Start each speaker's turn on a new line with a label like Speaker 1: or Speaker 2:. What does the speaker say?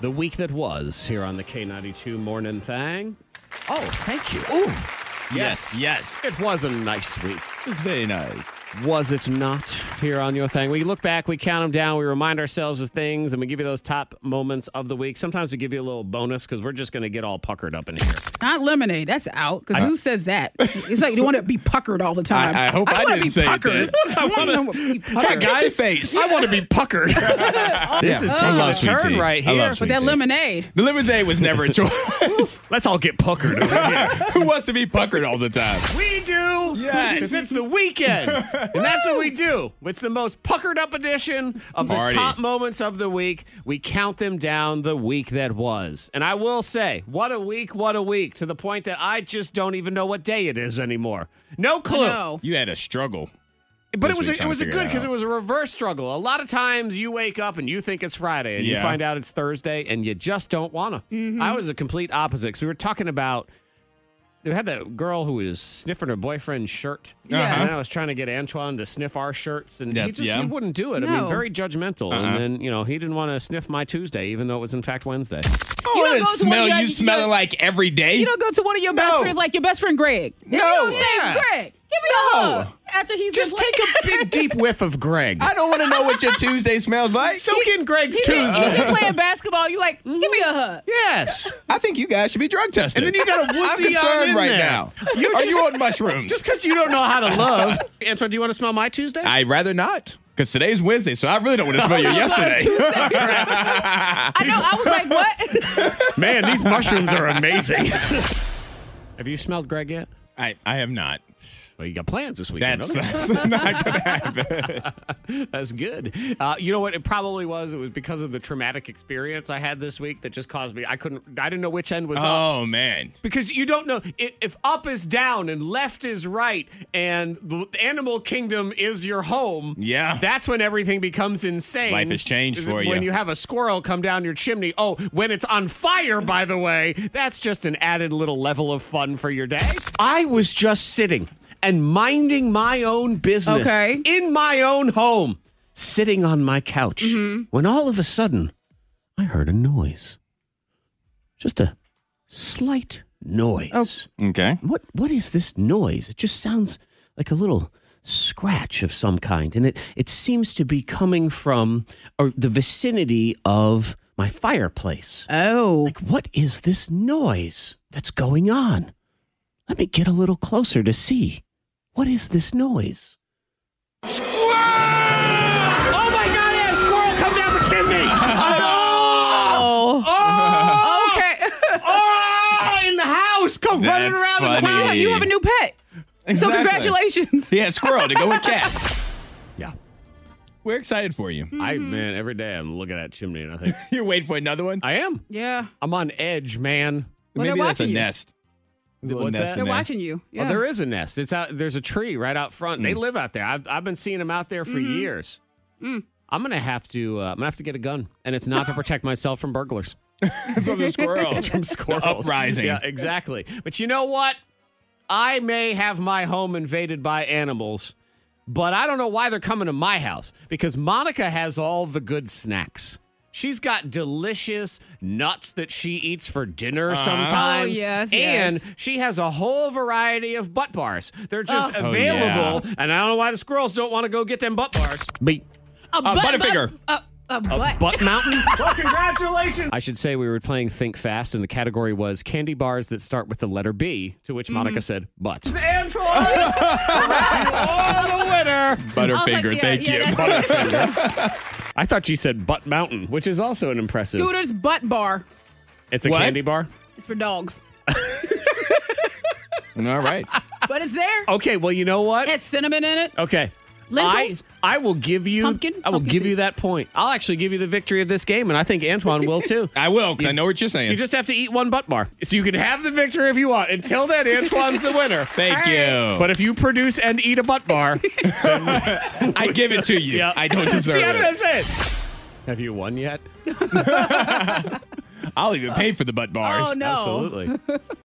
Speaker 1: The week that was here on the K92 Morning Thang. Oh, thank you. Ooh. Yes.
Speaker 2: yes.
Speaker 1: It was a nice week.
Speaker 2: It's very nice.
Speaker 1: Was it not here on your thing? We look back, we count them down, we remind ourselves of things, and we give you those top moments of the week. Sometimes we give you a little bonus because we're just going to get all puckered up in here.
Speaker 3: Not lemonade. That's out. Because who says that? It's like you want to be puckered all the time.
Speaker 2: I- I hope I
Speaker 3: just wanna
Speaker 2: didn't
Speaker 3: be
Speaker 2: say it
Speaker 3: puckered.
Speaker 2: did.
Speaker 3: I want to be puckered.
Speaker 2: guy face. I want to be puckered.
Speaker 1: This is
Speaker 2: I
Speaker 1: taking
Speaker 2: love
Speaker 1: a
Speaker 2: sweet
Speaker 1: Oh, turn
Speaker 2: tea.
Speaker 1: right
Speaker 2: I love
Speaker 1: here.
Speaker 2: sweet
Speaker 3: But that
Speaker 2: tea.
Speaker 3: lemonade.
Speaker 2: The lemon day was never a choice.
Speaker 1: Let's all get puckered over here.
Speaker 2: Who wants to be puckered all the time?
Speaker 1: We do.
Speaker 2: Yes.
Speaker 1: 'Cause it's the weekend. and that's what we do. It's the most puckered up edition of the
Speaker 2: Party.
Speaker 1: top moments of the week. We count them down the week that was. And I will say, what a week, what a week, to the point that I just don't even know what day it is anymore. No clue.
Speaker 3: No.
Speaker 2: You had a struggle.
Speaker 1: But it
Speaker 2: This
Speaker 1: was
Speaker 2: week
Speaker 1: a, it
Speaker 2: trying to
Speaker 1: was a
Speaker 2: figure
Speaker 1: good
Speaker 2: it
Speaker 1: because
Speaker 2: out.
Speaker 1: it was a reverse struggle. A lot of times you wake up and you think it's Friday and you
Speaker 2: Yeah.
Speaker 1: find out it's Thursday and you just don't wanna.
Speaker 3: Mm-hmm.
Speaker 1: I was a complete opposite because we were talking about we had that girl who was sniffing her boyfriend's shirt.
Speaker 3: Yeah.
Speaker 1: And I was trying to get Antoine to sniff our shirts and
Speaker 2: Uh-huh. Yeah,
Speaker 1: he just
Speaker 2: yeah. Uh-huh.
Speaker 1: he wouldn't do it. I mean
Speaker 3: No.
Speaker 1: very judgmental. And then, you know, he didn't want to sniff my Tuesday, even though it was in fact Wednesday.
Speaker 2: You
Speaker 3: don't go to one
Speaker 2: Oh, smell
Speaker 3: of your-
Speaker 2: you
Speaker 3: you
Speaker 2: smelling
Speaker 3: don't-
Speaker 2: like every day.
Speaker 3: You don't go to one of your best
Speaker 2: No.
Speaker 3: friends like your best friend Greg. No. You don't say
Speaker 1: Yeah.
Speaker 3: Greg. Give me
Speaker 2: No.
Speaker 3: a hug after he's
Speaker 1: Just
Speaker 3: like-
Speaker 1: take a big deep whiff of Greg.
Speaker 2: I don't want to know what your Tuesday smells like.
Speaker 1: Soak in Greg's
Speaker 3: He's been-
Speaker 1: Tuesday.
Speaker 3: He's been playing basketball. You like give me a hug.
Speaker 1: yes.
Speaker 2: I think you guys should be drug tested.
Speaker 1: And then you got a
Speaker 2: I'm
Speaker 1: wussy on in
Speaker 2: concerned right
Speaker 1: there.
Speaker 2: now.
Speaker 1: You're
Speaker 2: Are
Speaker 1: just-
Speaker 2: you on mushrooms?
Speaker 1: Just because you don't know how to love. Antoine, do you want to smell my Tuesday?
Speaker 2: I'd rather not. Because today's Wednesday, so I really don't want to smell your yesterday.
Speaker 3: I know. I was like, what?
Speaker 1: Man, these mushrooms are amazing. Have you smelled Greg yet?
Speaker 2: I, I have not.
Speaker 1: Well, you got plans this weekend.
Speaker 2: That's,
Speaker 1: okay.
Speaker 2: that's not going to happen.
Speaker 1: That's good. Uh, you know what? It probably was. It was because of the traumatic experience I had this week that just caused me. I couldn't. I didn't know which end was up.
Speaker 2: Oh, man.
Speaker 1: Because you don't know i- if up is down and left is right and the animal kingdom is your home.
Speaker 2: Yeah.
Speaker 1: That's when everything becomes insane.
Speaker 2: Life has changed
Speaker 1: Is
Speaker 2: for
Speaker 1: when
Speaker 2: you.
Speaker 1: When you have a squirrel come down your chimney. Oh, when it's on fire, by the way, that's just an added little level of fun for your day. I was just sitting and minding my own business
Speaker 3: Okay.
Speaker 1: in my own home, sitting on my couch, when all of a sudden I heard a noise. Just a slight noise.
Speaker 2: Okay.
Speaker 1: What what is this noise? It just sounds like a little scratch of some kind, and it it seems to be coming from or the vicinity of my fireplace.
Speaker 3: Oh.
Speaker 1: Like, what is this noise that's going on? Let me get a little closer to see. What is this noise? Oh my God! I had a squirrel come down the chimney.
Speaker 3: Oh. Okay.
Speaker 1: Oh, in the house, come running
Speaker 2: That's
Speaker 1: around in the
Speaker 2: funny.
Speaker 1: house.
Speaker 3: Wow, you have a new pet. So
Speaker 2: Exactly.
Speaker 3: congratulations.
Speaker 2: Yeah, squirrel to go with cats.
Speaker 1: Yeah.
Speaker 2: We're excited for you.
Speaker 1: I man, every day I'm looking at chimney and I think
Speaker 2: You're waiting for another one?
Speaker 1: I am.
Speaker 3: Yeah.
Speaker 1: I'm on edge, man.
Speaker 3: Well,
Speaker 2: Maybe
Speaker 3: they're
Speaker 2: that's a
Speaker 3: watching you.
Speaker 2: nest. Little
Speaker 1: What's
Speaker 2: nest
Speaker 1: that?
Speaker 2: in
Speaker 3: They're
Speaker 2: there.
Speaker 3: watching you. Yeah.
Speaker 1: Oh, there is a nest. It's out. There's a tree right out front.
Speaker 2: Mm.
Speaker 1: They live out there. I've I've been seeing them out there for years. I'm gonna have to. Uh, I'm gonna have to get a gun, and it's not to protect myself from burglars.
Speaker 2: It's from the squirrels.
Speaker 1: from squirrels.
Speaker 2: The uprising.
Speaker 1: Yeah, exactly. But you know what? I may have my home invaded by animals, but I don't know why they're coming to my house because Monica has all the good snacks. She's got delicious nuts that she eats for dinner
Speaker 2: Uh-huh.
Speaker 1: sometimes.
Speaker 3: Oh, yes,
Speaker 1: and
Speaker 3: yes.
Speaker 1: she has a whole variety of butt bars. They're just
Speaker 2: Oh,
Speaker 1: available, and I don't know why the squirrels don't want to go get them butt bars. Beep.
Speaker 3: a butt,
Speaker 2: Butterfinger.
Speaker 3: A, a butt.
Speaker 1: Butt Mountain. well, congratulations. I should say we were playing Think Fast, and the category was candy bars that start with the letter B, to which Monica said, butt. the winner.
Speaker 2: Butterfinger,
Speaker 3: I was like, yeah,
Speaker 2: thank
Speaker 3: yeah,
Speaker 2: you.
Speaker 3: that's-
Speaker 1: I thought she said butt mountain, which is also an impressive.
Speaker 3: Scooter's butt bar.
Speaker 1: It's a
Speaker 2: What?
Speaker 1: candy bar.
Speaker 3: It's for dogs.
Speaker 2: All right.
Speaker 3: But it's there.
Speaker 1: Okay, well, you know what?
Speaker 3: It has cinnamon in it.
Speaker 1: Okay.
Speaker 3: Lentils?
Speaker 1: I, I will give you
Speaker 3: Pumpkin?
Speaker 1: I will
Speaker 3: Pumpkin
Speaker 1: give you
Speaker 3: seeds.
Speaker 1: that point. I'll actually give you the victory of this game, and I think Antoine will too.
Speaker 2: I will, because I know what you're saying.
Speaker 1: You just have to eat one butt bar. So you can have the victory if you want. Until then, Antoine's the winner.
Speaker 2: thank you.
Speaker 1: But if you produce and eat a butt bar,
Speaker 2: I give it to you.
Speaker 1: Yeah.
Speaker 2: I don't deserve
Speaker 1: See,
Speaker 2: it.
Speaker 1: that's it. Have you won yet?
Speaker 2: I'll even pay for the butt bars.
Speaker 3: Oh no.
Speaker 1: Absolutely.